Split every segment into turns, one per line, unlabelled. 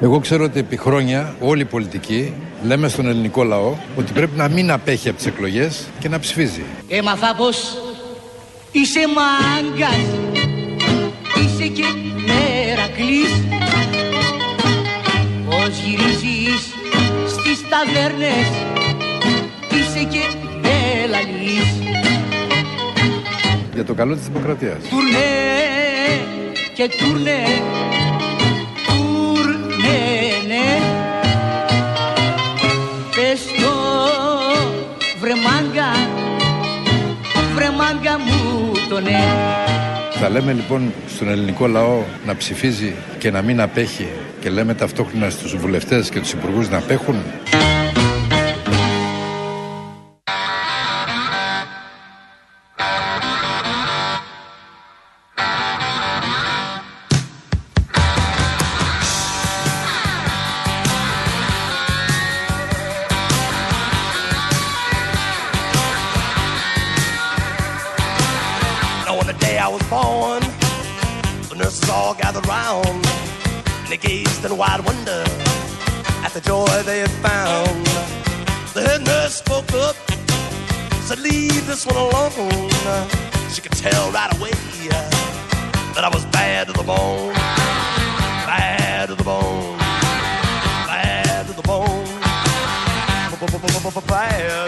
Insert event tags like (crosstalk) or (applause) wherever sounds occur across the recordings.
Εγώ ξέρω ότι επί χρόνια όλοι οι πολιτικοί λέμε στον ελληνικό λαό ότι πρέπει να μην απέχει από τις εκλογές και να ψηφίζει.
Έμαθα πως είσαι μάγκας Είσαι και μερακλής Πως γυρίζεις στις ταβέρνες Είσαι και μελαλής
Για το καλό της δημοκρατίας.
Τουρνέ και τουρνέ Τουρνέ ναι Πες το βρε μάγκα Βρε μάγκα μου το ναι
Θα λέμε λοιπόν στον ελληνικό λαό να ψηφίζει και να μην απέχει και λέμε ταυτόχρονα στους βουλευτές και τους υπουργούς να απέχουν.
Now on the day I was born, the nurses all gathered round, and they gazed in wide wonder at the joy they had found. The head nurse spoke up, said, "Leave this one alone." She could tell right away that I was bad to the bone, bad to the bone, bad to the bone, bad, bad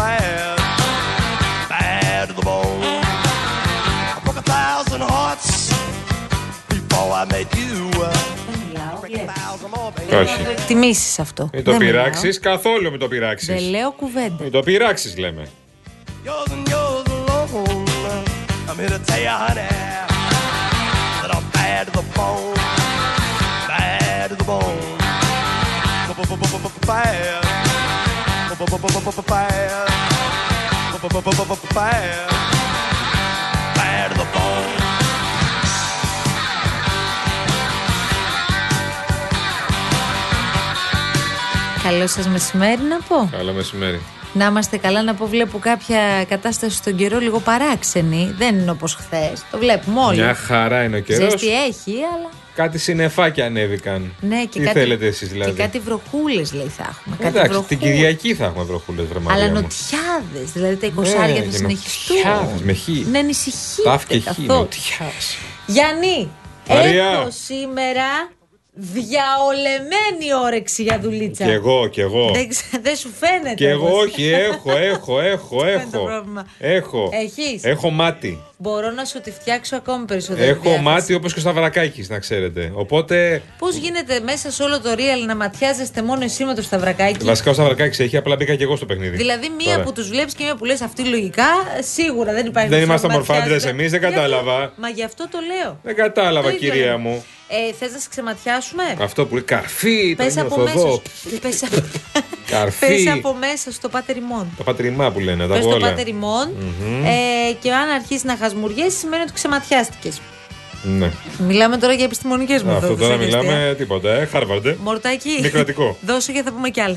bad, bad to the bone. I broke a thousand hearts before I met you. I break a thousand more, baby.
Όχι.
Εκτιμήσεις αυτό.
Μην Ε, το
Δεν
πειράξεις, καθόλου μην
μιλάω. Δεν
το πειράξεις.
λέω κουβέντα.
Μην το πειράξεις, λέμε.
Yours and yours alone. I'm here to tell you, honey, that I'm bad to the bone, bad to the bone, bad, bad, bad to the bone.
Καλό σας μεσημέρι να πω.
Καλό μεσημέρι.
Να είμαστε καλά. Να πω, βλέπω κάποια κατάσταση στον καιρό λίγο παράξενη. Δεν είναι όπως χθες. Το βλέπουμε όλοι.
Μια χαρά είναι ο καιρός.
Ζέστη έχει, αλλά.
Κάτι συννεφάκια ανέβηκαν.
Ναι, και
Τι
κάτι,
θέλετε εσείς δηλαδή.
Και κάτι βροχούλες λέει θα έχουμε. Κάτι
Εντάξει,
βροχούλες.
την Κυριακή θα έχουμε βροχούλες, βρε Μαρία
Αλλά
μου. Ναι,
νοτιάδες, δηλαδή τα 20 άρια θα
και
συνεχιστούν.
νοτιάδες, με χ.
Ναι, ανησυχείτε.
Ταύ και χ,
καθόλου.
νοτιάς.
Γιάννη,
Μαρία.
έχω σήμερα διαολεμένη όρεξη για δουλίτσα.
Κι εγώ, κι εγώ.
Δεν, ξε- δεν σου φαίνεται.
Κι εγώ,
όμως.
όχι, έχω, έχω, έχω,
είναι το
έχω.
πρόβλημα.
Έχω.
Έχεις?
Έχω μάτι.
Μπορώ να σου τη φτιάξω ακόμη περισσότερο.
Έχω
διάθεση.
μάτι όπως και ο Σταυρακάκη, να ξέρετε. Οπότε.
Πώς γίνεται μέσα σε όλο το real να ματιάζεστε μόνο εσύ με το σταυρακάκι.
Βασικά ο Σταυρακάκη έχει, απλά μπήκα και εγώ στο παιχνίδι.
Δηλαδή, μία
Τώρα.
που τους βλέπεις και μία που λες αυτή λογικά, σίγουρα δεν υπάρχει.
Δεν
περίπτωση να
είμαστε
ματιάζετε.
μορφάντρες εμείς, δεν
Γι' αυτό-
κατάλαβα.
Μα γι' αυτό το λέω.
Δεν κατάλαβα,
Το ίδιο
κυρία
λέμε.
μου.
Ε, Θες να σε ξεματιάσουμε.
Αυτό που λέει καρφί, το
Πες από
νιώθω εδώ.
μέσα. Πες από-
Καρφί.
Πες από μέσα στο πατερημόν.
Τα πατριμά που λένε, τα
Πες στο
βόλα.
πατερημόν ε, και αν αρχίσεις να χασμουριέσεις σημαίνει ότι ξεματιάστηκες.
Ναι.
Μιλάμε τώρα για επιστημονικές μου
Αυτό τώρα μιλάμε τίποτα, ε. Χάρβαρντε.
Μορτάκι.
Μη κρατικό.
(laughs) Δώσε και θα πούμε κι άλλα.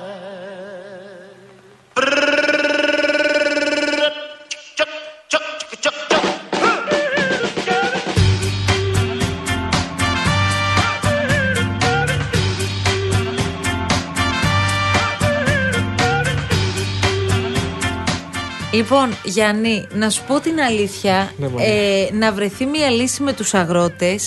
Λοιπόν, Γιάννη, να σου πω την αλήθεια.
Ναι, μωρέ.
ε, να βρεθεί μια λύση με τους αγρότες.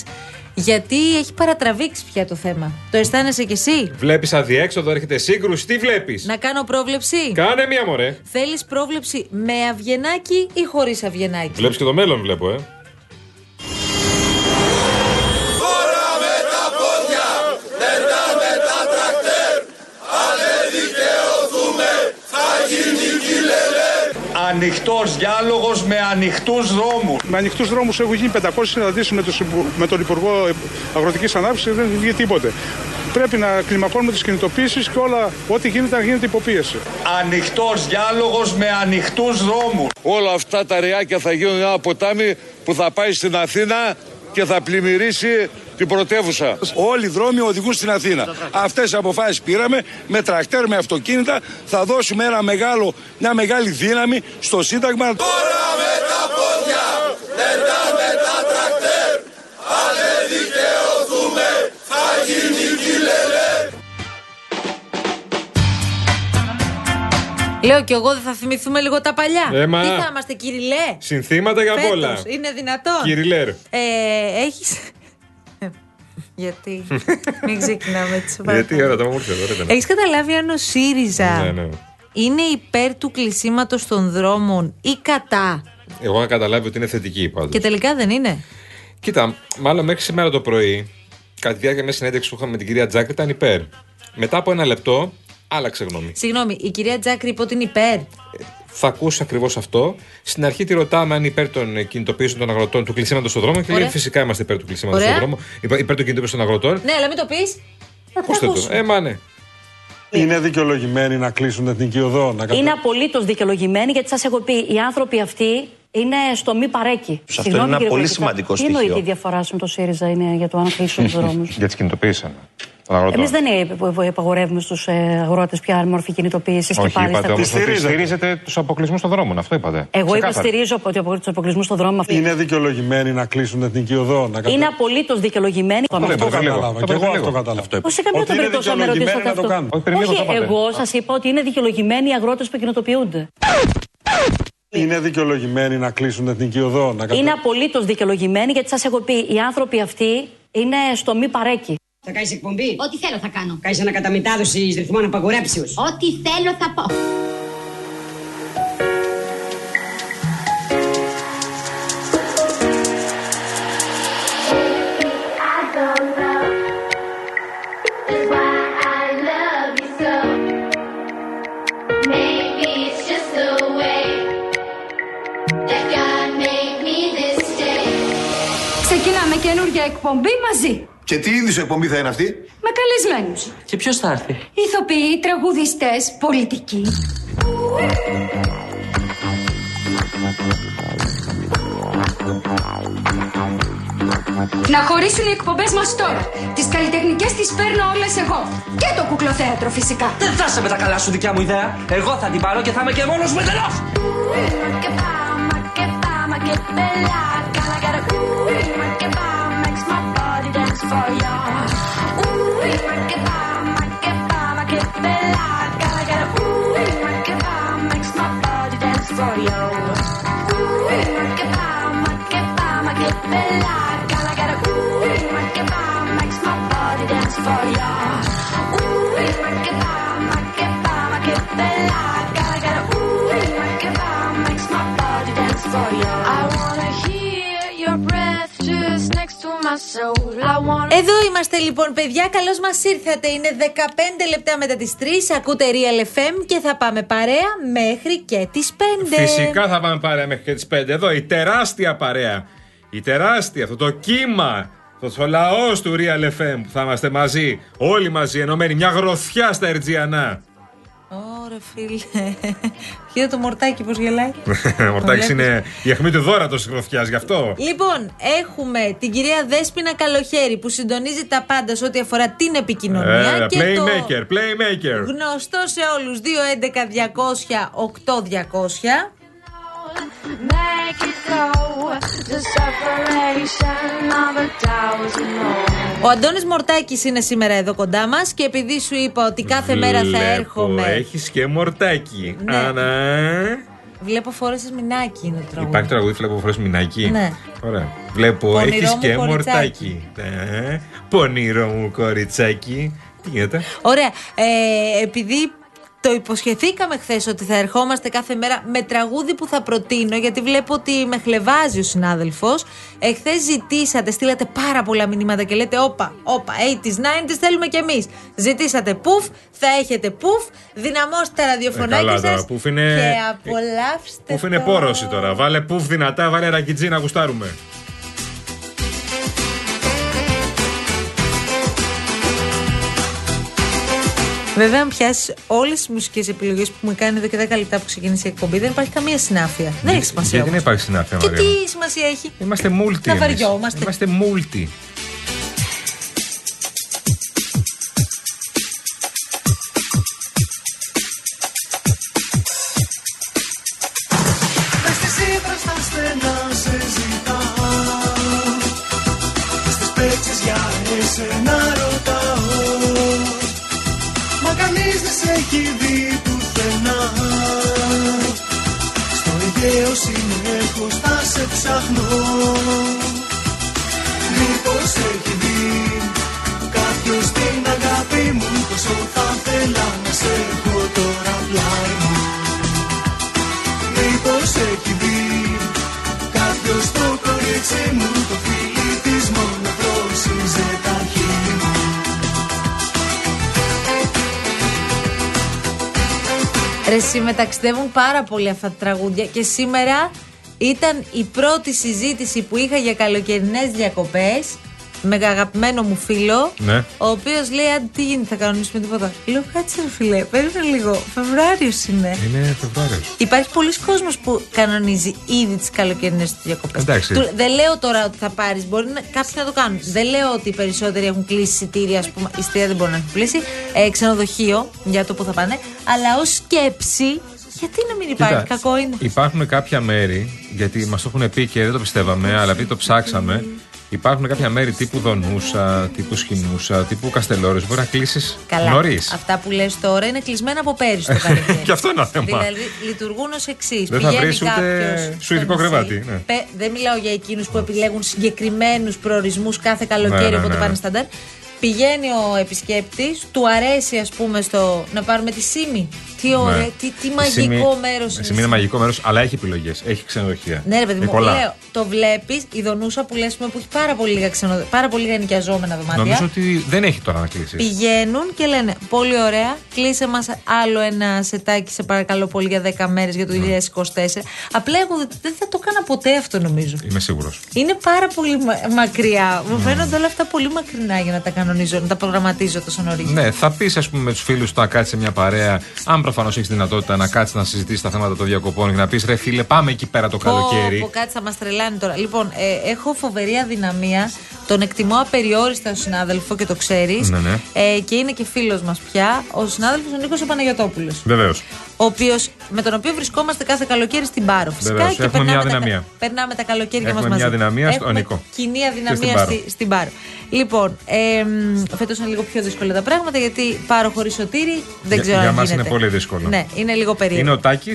Γιατί έχει παρατραβήξει πια το θέμα. Το αισθάνεσαι κι εσύ.
Βλέπεις αδιέξοδο, έρχεται σύγκρουση. Τι βλέπεις.
Να κάνω πρόβλεψη.
Κάνε μία μωρέ.
Θέλεις πρόβλεψη με αυγενάκι ή χωρίς αυγενάκι.
Βλέπεις και το μέλλον, βλέπω, ε.
Ανεβαίνουμε
ανοιχτός διάλογος με ανοιχτούς δρόμους.
Με ανοιχτούς δρόμους έχουν γίνει 500 συναντήσεις με, τον Υπου- με τον Υπουργό Αγροτικής Ανάπτυξης δεν βγήκε τίποτε. Πρέπει να κλιμακώνουμε τις κινητοποίησεις και όλα, ό,τι γίνεται να γίνεται υποπίεση.
Ανοιχτός διάλογος με ανοιχτούς δρόμους.
Όλα αυτά τα ρεάκια θα γίνουν ένα ποτάμι που θα πάει στην Αθήνα και θα πλημμυρίσει την πρωτεύουσα. Όλοι οι δρόμοι οδηγούν στην Αθήνα. Αυτές οι αποφάσεις πήραμε με τρακτέρ, με αυτοκίνητα. Θα δώσουμε ένα μεγάλο, μια μεγάλη δύναμη στο Σύνταγμα.
Λέω κι εγώ δεν θα θυμηθούμε λίγο τα παλιά.
Ε, μα-
Τι θα είμαστε, κυριλέ.
Συνθήματα για
Φέτος,
όλα.
Είναι δυνατόν.
Κυριλέρ.
Ε, έχεις... (laughs) Γιατί. Μην ξεκινάμε έτσι. σε
Γιατί
παρακαλώ.
ώρα το μου ήρθε τώρα. ήταν.
Έχεις καταλάβει αν ο ΣΥΡΙΖΑ
Ναι, ναι.
είναι υπέρ του κλεισίματος των δρόμων ή κατά.
Εγώ να καταλάβει ότι είναι θετική πάντως.
Και τελικά δεν είναι.
Κοίτα, μάλλον μέχρι σήμερα το πρωί, κατά τη διάρκεια μιας συνέντευξης που είχαμε με την κυρία Τζάκρη, ήταν υπέρ. Μετά από ένα λεπτό, άλλαξε γνώμη.
Συγγνώμη, η κυρία Τζάκρη είπε ότι είναι υπέρ.
Θα ακούσει ακριβώς αυτό. Στην αρχή τη ρωτάμε αν υπέρ των κινητοποιήσεων των αγροτών του κλεισίματος στον δρόμο και
Ωραία.
λέει φυσικά είμαστε υπέρ του κλεισίματος στον
Ωραία.
δρόμο. Υπέρ υπέρ των κινητοποιήσεων των αγροτών.
Ναι, αλλά μην το πεις.
Ακούστε το. Ε, μα ναι.
Είναι δικαιολογημένοι να κλείσουν την εθνική οδό, να
Είναι απολύτως δικαιολογημένοι γιατί σας έχω πει οι άνθρωποι αυτοί είναι στο μη παρέκει.
Αυτό είναι ένα πολύ σημαντικό
Τι εννοεί
στοιχείο.
τη διαφορά με το ΣΥΡΙΖΑ είναι για το αν
(laughs)
κλείσουν τους δρόμους.
Για τις κινητοποίησαν. Των αγροτών.
Εμείς δεν ε, απαγορεύουμε στους αγρότες πια μορφή κινητοποίησης και
Όχι,
πάλι
είπατε
στα
όμως ότι
στηρίζετε.
στηρίζετε τους αποκλεισμούς των δρόμων. Αυτό είπατε.
Εγώ
Ξεκάθαρα.
υποστηρίζω ότι τους αποκλεισμούς στον δρόμο αυτή.
Είναι δικαιολογημένοι να κλείσουν την εθνική οδό, να
Είναι απολύτως δικαιολογημένοι.
Αυτό
Περίμενε λίγο,
κατάλαβα.
το
Και εγώ
περίμενε
αυτό
λίγο.
κατάλαβα.
Αυτό είπα.
Όχι σε καμία
Ότι είναι
περίπτωση να με
δικαιολογημένοι
ρωτήσατε
να το
αυτό.
κάνουν.
Όχι, περίμενε λίγο, το είπατε.
εγώ σας είπα ότι είναι δικαιολογημένοι οι αγρότες που κοινοτοποιούνται.
Είναι δικαιολογημένοι να κλείσουν την εθνική οδό, να
Είναι απολύτως δικαιολογημένοι γιατί σας έχω πει οι άνθρωποι αυτοί είναι στο μη παρέκει.
Θα κάνεις εκπομπή,
Ό,τι θέλω θα κάνω.
κάνεις ανακαταμετάδοση ρυθμών απαγορέψεως.
Ό,τι θέλω θα πω.
Ξεκινάμε καινούργια εκπομπή μαζί.
Και τι είδους εκπομπή θα είναι αυτή.
Με καλεσμένους. Και ποιος θα έρθει. Ηθοποιοί, τραγουδιστές, πολιτικοί. Να χωρίσουν οι εκπομπές μας τώρα. Τις καλλιτεχνικές τις παίρνω όλες εγώ. Και το κουκλοθέατρο φυσικά.
Δεν θα σε με τα καλά σου δικιά μου ιδέα. Εγώ θα την πάρω και θα είμαι και μόνος μου εντελώς.
Εδώ είμαστε λοιπόν, παιδιά. Καλώς μας ήρθατε. Είναι 15 λεπτά μετά τις 3. Ακούτε Real FM και θα πάμε παρέα μέχρι και τις 5.
Φυσικά θα πάμε παρέα μέχρι και τις 5. Εδώ η τεράστια παρέα. Η τεράστια, αυτό το κύμα. Αυτό ο λαός του Real FM που θα είμαστε μαζί. Όλοι μαζί ενωμένοι. Μια γροθιά στα Ερτζιανά.
Ωραία, φίλε. Κοίτα το μορτάκι, πώς γελάει.
(laughs) Ο Μορτάκης είναι η αιχμή του δόρατο της γροθιάς, γι' αυτό.
Λοιπόν, έχουμε την κυρία Δέσποινα Καλοχέρη που συντονίζει τα πάντα σε ό,τι αφορά την επικοινωνία.
Έλα,
και
Ε, playmaker,
το
playmaker.
γνωστό σε όλους 2 11 200 8 200. Ο Αντώνης Μορτάκης είναι σήμερα εδώ κοντά μας και επειδή σου είπα ότι κάθε μέρα θα έρχομαι.
Έχεις και μορτάκι.
Ναι.
Ανά.
Βλέπω φόρεσε μινάκι είναι το τραγούδι.
Υπάρχει τραγουδί, βλέπω φορές μινάκι.
Ναι.
Ωραία. Βλέπω,
Πονηρό
έχεις
μου
και
κοριτσάκι.
μορτάκι. Ναι. Πονηρό μου κοριτσάκι. Τι γίνεται.
Ωραία. Ε, επειδή Το υποσχεθήκαμε χθες ότι θα ερχόμαστε κάθε μέρα με τραγούδι που θα προτείνω, γιατί βλέπω ότι με χλεβάζει ο συνάδελφος. Εχθέ ζητήσατε, στείλατε πάρα πολλά μηνύματα και λέτε: Όπα, όπα, 80s, 90s θέλουμε κι εμείς. Ζητήσατε πουφ, θα έχετε πουφ, δυναμώστε τα ραδιοφωνάκια
Ε, καλά τώρα,
σα.
πουφ είναι-
Και απολαύστε.
Πουφ είναι
το-
πόρωση τώρα. Βάλε πουφ δυνατά, βάλε ρακιτζή να γουστάρουμε.
Βέβαια, αν πιάσεις όλες τις μουσικές επιλογές που μου κάνει εδώ και 10 λεπτά που ξεκίνησε η εκπομπή, δεν υπάρχει καμία συνάφεια. Δεν έχει σημασία.
Γιατί
όμως.
δεν υπάρχει συνάφεια,
Και
Μαρία. μου.
τι σημασία έχει.
Είμαστε μούλτι.
Να
εμείς.
βαριόμαστε.
Είμαστε μούλτι.
Μες στη σίδρα στα στενά σε ζητάω Στις παίξεις για εσένα ρωτάω Μα κανείς δεν σε έχει δει πουθενά Στο Αιγαίο συνέχως θα σε ψάχνω Μήπως έχει δει κάποιος την αγάπη μου Πόσο θα θέλα να σε έχω τώρα πλάι μου Μήπως έχει δει κάποιος το κορίτσι μου Το φίλι της μόνο δρόσιζε τα χείλη μου
Ρε, εσύ με ταξιδεύουν πάρα πολύ αυτά τα τραγούδια και σήμερα ήταν η πρώτη συζήτηση που είχα για καλοκαιρινές διακοπές με αγαπημένο μου φίλο.
Ναι.
Ο οποίος λέει: Άντε, τι γίνεται, θα κανονίσουμε τίποτα. Λέω: Κάτσε, ρε φίλε, περίμενε λίγο. Φεβράριος είναι.
Είναι Φεβρουάριο.
Υπάρχει πολλοί κόσμος που κανονίζει ήδη τις καλοκαιρινές τους διακοπές.
Εντάξει.
Δεν λέω τώρα ότι θα πάρεις. Μπορεί να, κάποιοι να το κάνουν. Δεν λέω ότι οι περισσότεροι έχουν κλείσει εισιτήρια, ας πούμε. Εισιτήρια δεν μπορεί να έχουν κλείσει. Ε, ξενοδοχείο για το που θα πάνε. Αλλά ως σκέψη, γιατί να μην υπάρχει,
Κοίτα,
κακό είναι.
Υπάρχουν κάποια μέρη, γιατί μας το έχουν πει και δεν το πιστεύαμε, αλλά επειδή το ψάξαμε, υπάρχουν κάποια μέρη τύπου Δονούσα, τύπου Σχοινούσα, τύπου Καστελόρε που μπορεί να κλείσεις
Καλά.
νωρίς. (laughs)
Αυτά που λες τώρα είναι κλεισμένα από πέρυσι το καλοκαίρι.
Και αυτό είναι ένα θέμα.
Δηλαδή λειτουργούν ως εξής.
Δεν θα βρεις ούτε σουηδικό κρεβάτι, ναι.
Δεν μιλάω για εκείνους που επιλέγουν συγκεκριμένους προορισμούς κάθε καλοκαίρι,
Ναι, ναι,
οπότε
ναι.
πάνε σταντάρ. Πηγαίνει ο επισκέπτης, του αρέσει, ας πούμε, στο, να πάρουμε τη Σίμη. Τι ωραία,
Ναι.
τι, τι
Η
μαγικό
Σίμη-
μέρο
η Σίμη είναι μαγικό μέρος, αλλά έχει επιλογές. Έχει ξενοδοχεία.
ναι, ρε παιδί
Είναι
μου,
πολλά.
λέω, το βλέπεις, η Δονούσα που λες που έχει πάρα πολύ λίγα, ξενοδο... πάρα πολύ λίγα νοικιαζόμενα δωμάτια.
Νομίζω ότι δεν έχει τώρα να κλείσει.
Πηγαίνουν και λένε: Πολύ ωραία, κλείσε μας άλλο ένα σετάκι, σε παρακαλώ πολύ, για 10 μέρες για το
Ναι.
2024. Απλά εγώ δε- δεν θα το έκανα ποτέ αυτό, νομίζω.
Είμαι σίγουρος.
Είναι πάρα πολύ μα- μακριά.
Ναι.
Μου φαίνονται όλα αυτά πολύ μακρινά για να τα κανονίζω, να τα προγραμματίζω τόσο νωρίς.
Ναι, θα πεις, ας πούμε, με τους φίλους του να κάτσεις σε μια παρέα. Αν προφανώς έχεις δυνατότητα να κάτσεις να συζητήσεις τα θέματα των διακοπών και να πεις ρε φίλε, πάμε εκεί πέρα το καλοκαίρι.
Πω, πω, κάτι θα μας τρελάνει τώρα. Λοιπόν, ε, έχω φοβερή αδυναμία. Τον εκτιμώ απεριόριστα ο συνάδελφο και το ξέρεις.
Ναι, ναι.
ε, και είναι και φίλος μας πια. Ο συνάδελφος ο Νίκος Παναγιοτόπουλος.
Βεβαίως.
ο οποίος, με τον οποίο βρισκόμαστε κάθε καλοκαίρι στην Πάρο. Φυσικά
Βεβαίως,
και
έχουμε μια
περνάμε,
αδυναμία.
Τα, περνάμε τα καλοκαίρια
Έχουμε
μα μαζί.
μια αδυναμία στον
Έχουμε
Νικό.
Κοινή
Και στην
αδυναμία
Πάρο.
στη, στην Πάρο. Λοιπόν, ε, φέτος είναι λίγο πιο δύσκολα τα πράγματα γιατί Πάρο χωρίς σωτήρι δεν
Για-
ξέρω
για
αν
μας
γίνεται.
είναι πολύ δύσκολο.
Ναι, είναι λίγο περίεργο.
Είναι ο Τάκης,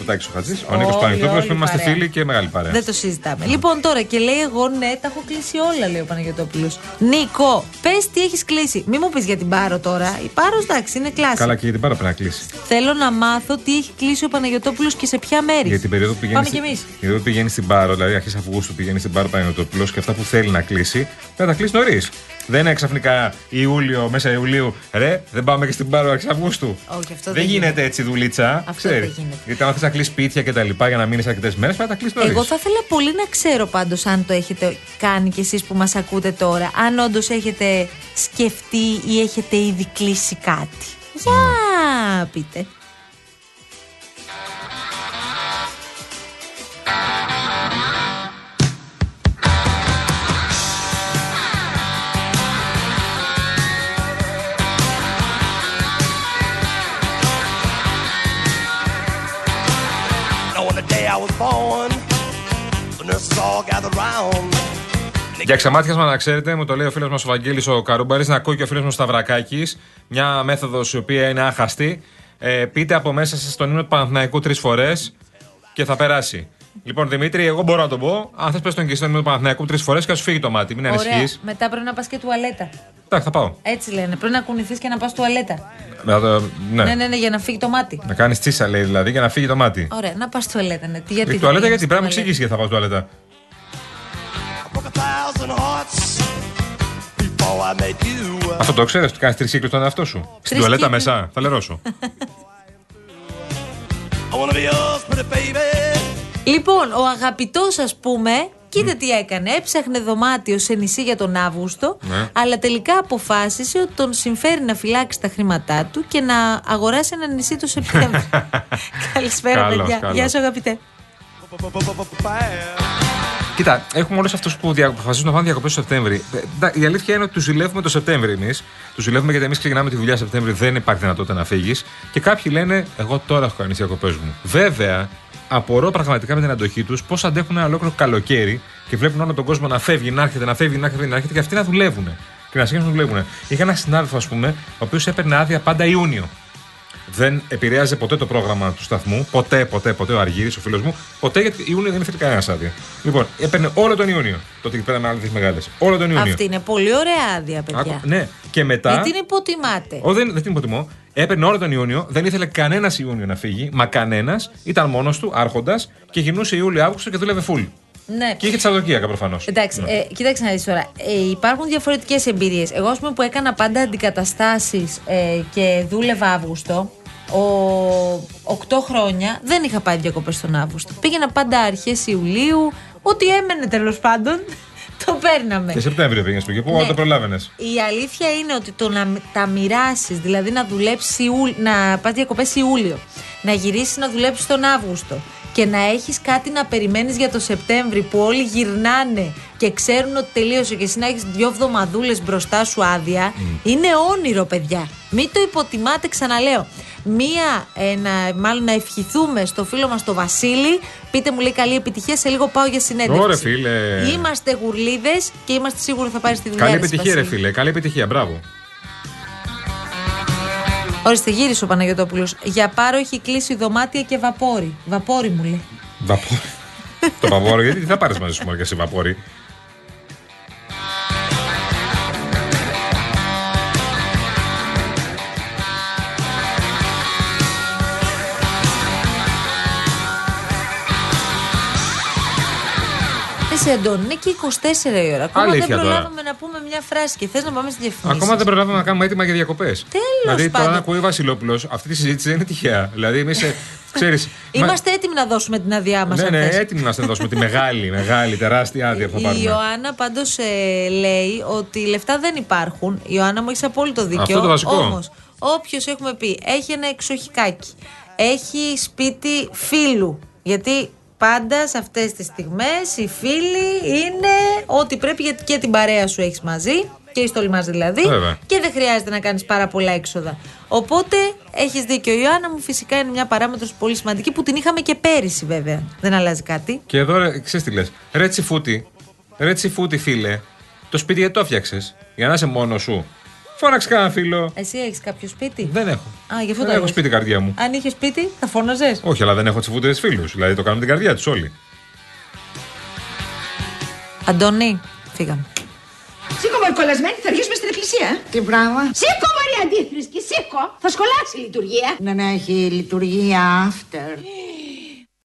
ο Τάκης ο Χατζής, ο
Όλοι,
Νίκος Παναγιώτοπουλο
όλοι
που είμαστε
παρέα.
φίλοι και μεγάλη παρέα.
Δεν το συζητάμε. Λοιπόν, τώρα και λέει εγώ ναι, τα έχω κλείσει όλα, λέει ο Παναγιώτοπουλος. Νίκο, πες τι έχεις κλείσει. Μη μου πεις για την Πάρο τώρα. Η Πάρο, εντάξει, είναι κλάση.
Καλά και για την πάρα πρέπει να κλείσει.
Θέλω να μάθω τι έχει κλείσει ο Παναγιώτοπουλος και σε ποια μέρη.
Για την περίοδο που πηγαίνει,
Πάμε
στη-
κι εμεί.
η περίοδο που πηγαίνει στην Πάρο, δηλαδή αρχές Αυγούστου πηγαίνει στην Πάρο Παναγιώτοπουλος και αυτά που θέλει να κλείσει, θα τα κλείσει νωρίς. Δεν είναι ξαφνικά Ιούλιο, μέσα Ιουλίου, ρε, δεν πάμε και στην Πάρο αρχέ Αυγούστου.
Όχι, αυτό
δεν,
δεν
γίνεται,
γίνεται.
έτσι δουλίτσα.
Αυτό
ξέρεις.
δεν γίνεται.
Γιατί αν θες να κλείσεις σπίτια και τα λοιπά για να μείνεις αρκετές μέρες, πρέπει να τα κλείσεις νωρίς.
Εγώ θα ήθελα πολύ να ξέρω πάντως αν το έχετε κάνει κι εσείς που μας ακούτε τώρα. Αν όντως έχετε σκεφτεί ή έχετε ήδη κλείσει κάτι. Για πείτε.
Now on the day I was born, the nurses all gathered round.
Για ξεμάτιασμα, να ξέρετε, μου το λέει ο φίλος μας ο Βαγγέλης ο Καρούμπαρης, να ακούει και ο φίλος μου Σταυρακάκης. Μια μέθοδος η οποία είναι άχαστη. Ε, πείτε από μέσα σας τον ύμνο του Παναθηναϊκού τρεις φορές και θα περάσει. λοιπόν, Δημήτρη, εγώ μπορώ να το πω. Αν θες, πες τον κυριστό του Παναθηναϊκού τρεις φορές και ας σου φύγει το μάτι. Μην ανησυχείς.
Μετά πρέπει να πας και τουαλέτα.
Εντάξει, θα πάω.
Έτσι λένε. Πρέπει να κουνηθείς και να πας τουαλέτα.
Μετά το- ναι.
ναι, ναι, για να φύγει το μάτι.
Να κάνεις τσίσα, λέει δηλαδή, για να φύγει το μάτι.
Ωραία, να πας τουαλέτα. Ναι. Τι-
Η
Γιατί
τουαλέτα
θα πήγαινες
γιατί, πρέπει να μου εξηγήσεις γιατί θα πάω τουαλέτα.
thousand hearts before I met you.
Αυτό το ξέρεις, ότι κάνεις τρεις κύκλους στον εαυτό σου. Στην
Τρεις
τουαλέτα
κύκλους.
μέσα, θα λερώσω.
I wanna be yours, pretty baby.
Λοιπόν, ο αγαπητός, ας πούμε, κοίτα τι έκανε. Έψαχνε δωμάτιο σε νησί για τον Αύγουστο,
Ναι.
αλλά τελικά αποφάσισε ότι τον συμφέρει να φυλάξει τα χρήματά του και να αγοράσει ένα νησί το Σεπτέμβριο.
(laughs)
Καλησπέρα,
Καλώς,
παιδιά.
καλώς.
Γεια σου, αγαπητέ.
Κοίτα, έχουμε όλους αυτούς που δια- αποφασίζουν να πάνε διακοπές το Σεπτέμβρη. Ε, εντά- Η αλήθεια είναι ότι τους ζηλεύουμε το Σεπτέμβρη εμείς. Τους ζηλεύουμε γιατί εμείς ξεκινάμε τη δουλειά Σεπτέμβρη, δεν υπάρχει δυνατότητα να φύγεις. Και κάποιοι λένε, Εγώ τώρα έχω κάνει τις διακοπές μου. Βέβαια, απορώ πραγματικά με την αντοχή τους πώς αντέχουν ένα ολόκληρο καλοκαίρι και βλέπουν όλο τον κόσμο να φεύγει, να έρχεται, να φεύγει, να έρχεται, να έρχεται και αυτοί να δουλεύουν. Και να συνεχίζουν να δουλεύουν. Είχα ένα συνάδελφο, ας πούμε, ο οποίος έπαιρνε άδεια πάντα Ιούνιο. Δεν επηρέαζε ποτέ το πρόγραμμα του σταθμού. Ποτέ, ποτέ, ποτέ ο Αργύρης, ο φίλος μου. Ποτέ γιατί Ιούνιο δεν ήθελε κανένας άδεια. Λοιπόν, έπαιρνε όλο τον Ιούνιο. Τότε εκεί πέρα με άλλε μεγάλες. Όλο τον Ιούνιο.
Αυτή είναι πολύ ωραία άδεια, παιδιά.
Άκου- ναι, και μετά.
Γιατί την υποτιμάτε.
Ω, δεν, δεν την υποτιμώ. Έπαιρνε όλο τον Ιούνιο, δεν ήθελε κανένας Ιούνιο να φύγει, μα κανένας. Ήταν μόνος του, άρχοντας και γινούσε Ιούλιο-Αύγουστο και δούλευε full.
Ναι.
Και είχε τη Σαββατοκύριακα Ναι. προφανώς.
Εντάξει, ε, κοίταξε να δεις τώρα. Ε, υπάρχουν διαφορετικές εμπειρίες. Εγώ, ας πούμε, που έκανα πάντα αντικαταστάσεις ε, και δούλευα Αύγουστο, ο, 8 χρόνια δεν είχα πάει διακοπές τον Αύγουστο. Πήγαινα πάντα αρχές Ιουλίου, ό,τι έμενε τέλος πάντων, (laughs) το παίρναμε.
Και Σεπτέμβριο πήγες στο κήπο,
Ναι.
όταν το προλάβαινες.
Η αλήθεια είναι ότι το να μ- τα μοιράσεις, δηλαδή να δουλέψει, να πας διακοπές Ιούλιο, να γυρίσεις να δουλέψεις τον Αύγουστο και να έχεις κάτι να περιμένεις για το Σεπτέμβρη που όλοι γυρνάνε και ξέρουν ότι τελείωσε και εσύ να έχεις δύο εβδομαδούλε μπροστά σου άδεια,
Mm.
είναι όνειρο, παιδιά. Μην το υποτιμάτε, ξαναλέω. Μία, ε, να, μάλλον να ευχηθούμε στο φίλο μας τον Βασίλη. Πείτε μου, λέει καλή επιτυχία. Σε λίγο πάω για συνέντευξη.
Ωραία, φίλε.
Είμαστε γουρλίδες και είμαστε σίγουροι ότι θα πάρεις τη δουλειά.
Καλή
της,
επιτυχία, ρε
Βασίλη.
φίλε. Καλή επιτυχία,
(laughs)
μπράβο.
Ορίστε, γύρισε ο Παναγιώτοπουλο. Για πάρο έχει κλείσει δωμάτια και βαπόρι. Βαπόρι μου λέει.
Βαπόρι. το βαπόρι, γιατί τι θα πάρεις μαζί σου μόνο και εσύ βαπόρι.
Εσύ, Αντώνη, Ε, είναι και 24 η ώρα. Ακόμα
Αλήθεια
δεν
τώρα.
προλάβαμε να πούμε μια φράση και θες να πάμε στη διαφημίση.
Ακόμα δεν προλάβαμε να κάνουμε έτοιμα για διακοπές. Τέλος Δηλαδή, τώρα
πάντων.
να ακούει Βασιλόπουλος, αυτή τη συζήτηση δεν είναι τυχαία. Δηλαδή, εμείς.
(laughs)
ξέρεις, μα-
Είμαστε έτοιμοι να δώσουμε την άδειά μας.
Ναι, ναι, έτοιμοι να σα δώσουμε τη μεγάλη, μεγάλη, τεράστια άδεια που θα
Η
πάρουμε.
Ιωάννα πάντως λέει ότι λεφτά δεν υπάρχουν. Η Ιωάννα μου έχεις απόλυτο δίκιο.
Αυτό το βασικό.
Όμως, όποιος έχουμε πει έχει ένα εξοχικάκι, έχει σπίτι φίλου. Γιατί πάντα σε αυτές τις στιγμές οι φίλοι είναι ό,τι πρέπει γιατί και την παρέα σου έχεις μαζί. Και η στολή μας δηλαδή.
Βέβαια.
Και δεν χρειάζεται να κάνεις πάρα πολλά έξοδα. Οπότε έχεις δίκιο. Η Ιωάννα μου φυσικά είναι μια παράμετρος πολύ σημαντική που την είχαμε και πέρυσι βέβαια. Δεν αλλάζει κάτι.
Και εδώ, ρε, ξέρεις τι λες. Ρε τσιφούτη, ρε τσιφούτη, φίλε, το σπίτι γιατί το φτιάξε. Για να είσαι μόνος σου. Φώναξε κανένα φίλο.
Εσύ έχεις κάποιο σπίτι.
Δεν έχω.
Α, γι' αυτό
Δεν
το
έχω
λες.
σπίτι, καρδιά μου.
Αν είχες σπίτι, θα φώναζες.
Όχι, αλλά δεν έχω τσιφούτε φίλους. Δηλαδή, το κάνουν την καρδιά τους όλοι.
Αντώνη, φύγαμε.
Σήκω μαρκολασμένη, θα αργήσουμε στην εκκλησία. Τι πράγμα. Σήκω, Μαρία Αντίθρησκη, σήκω. Θα σχολάσει η λειτουργία.
Δεν έχει λειτουργία after.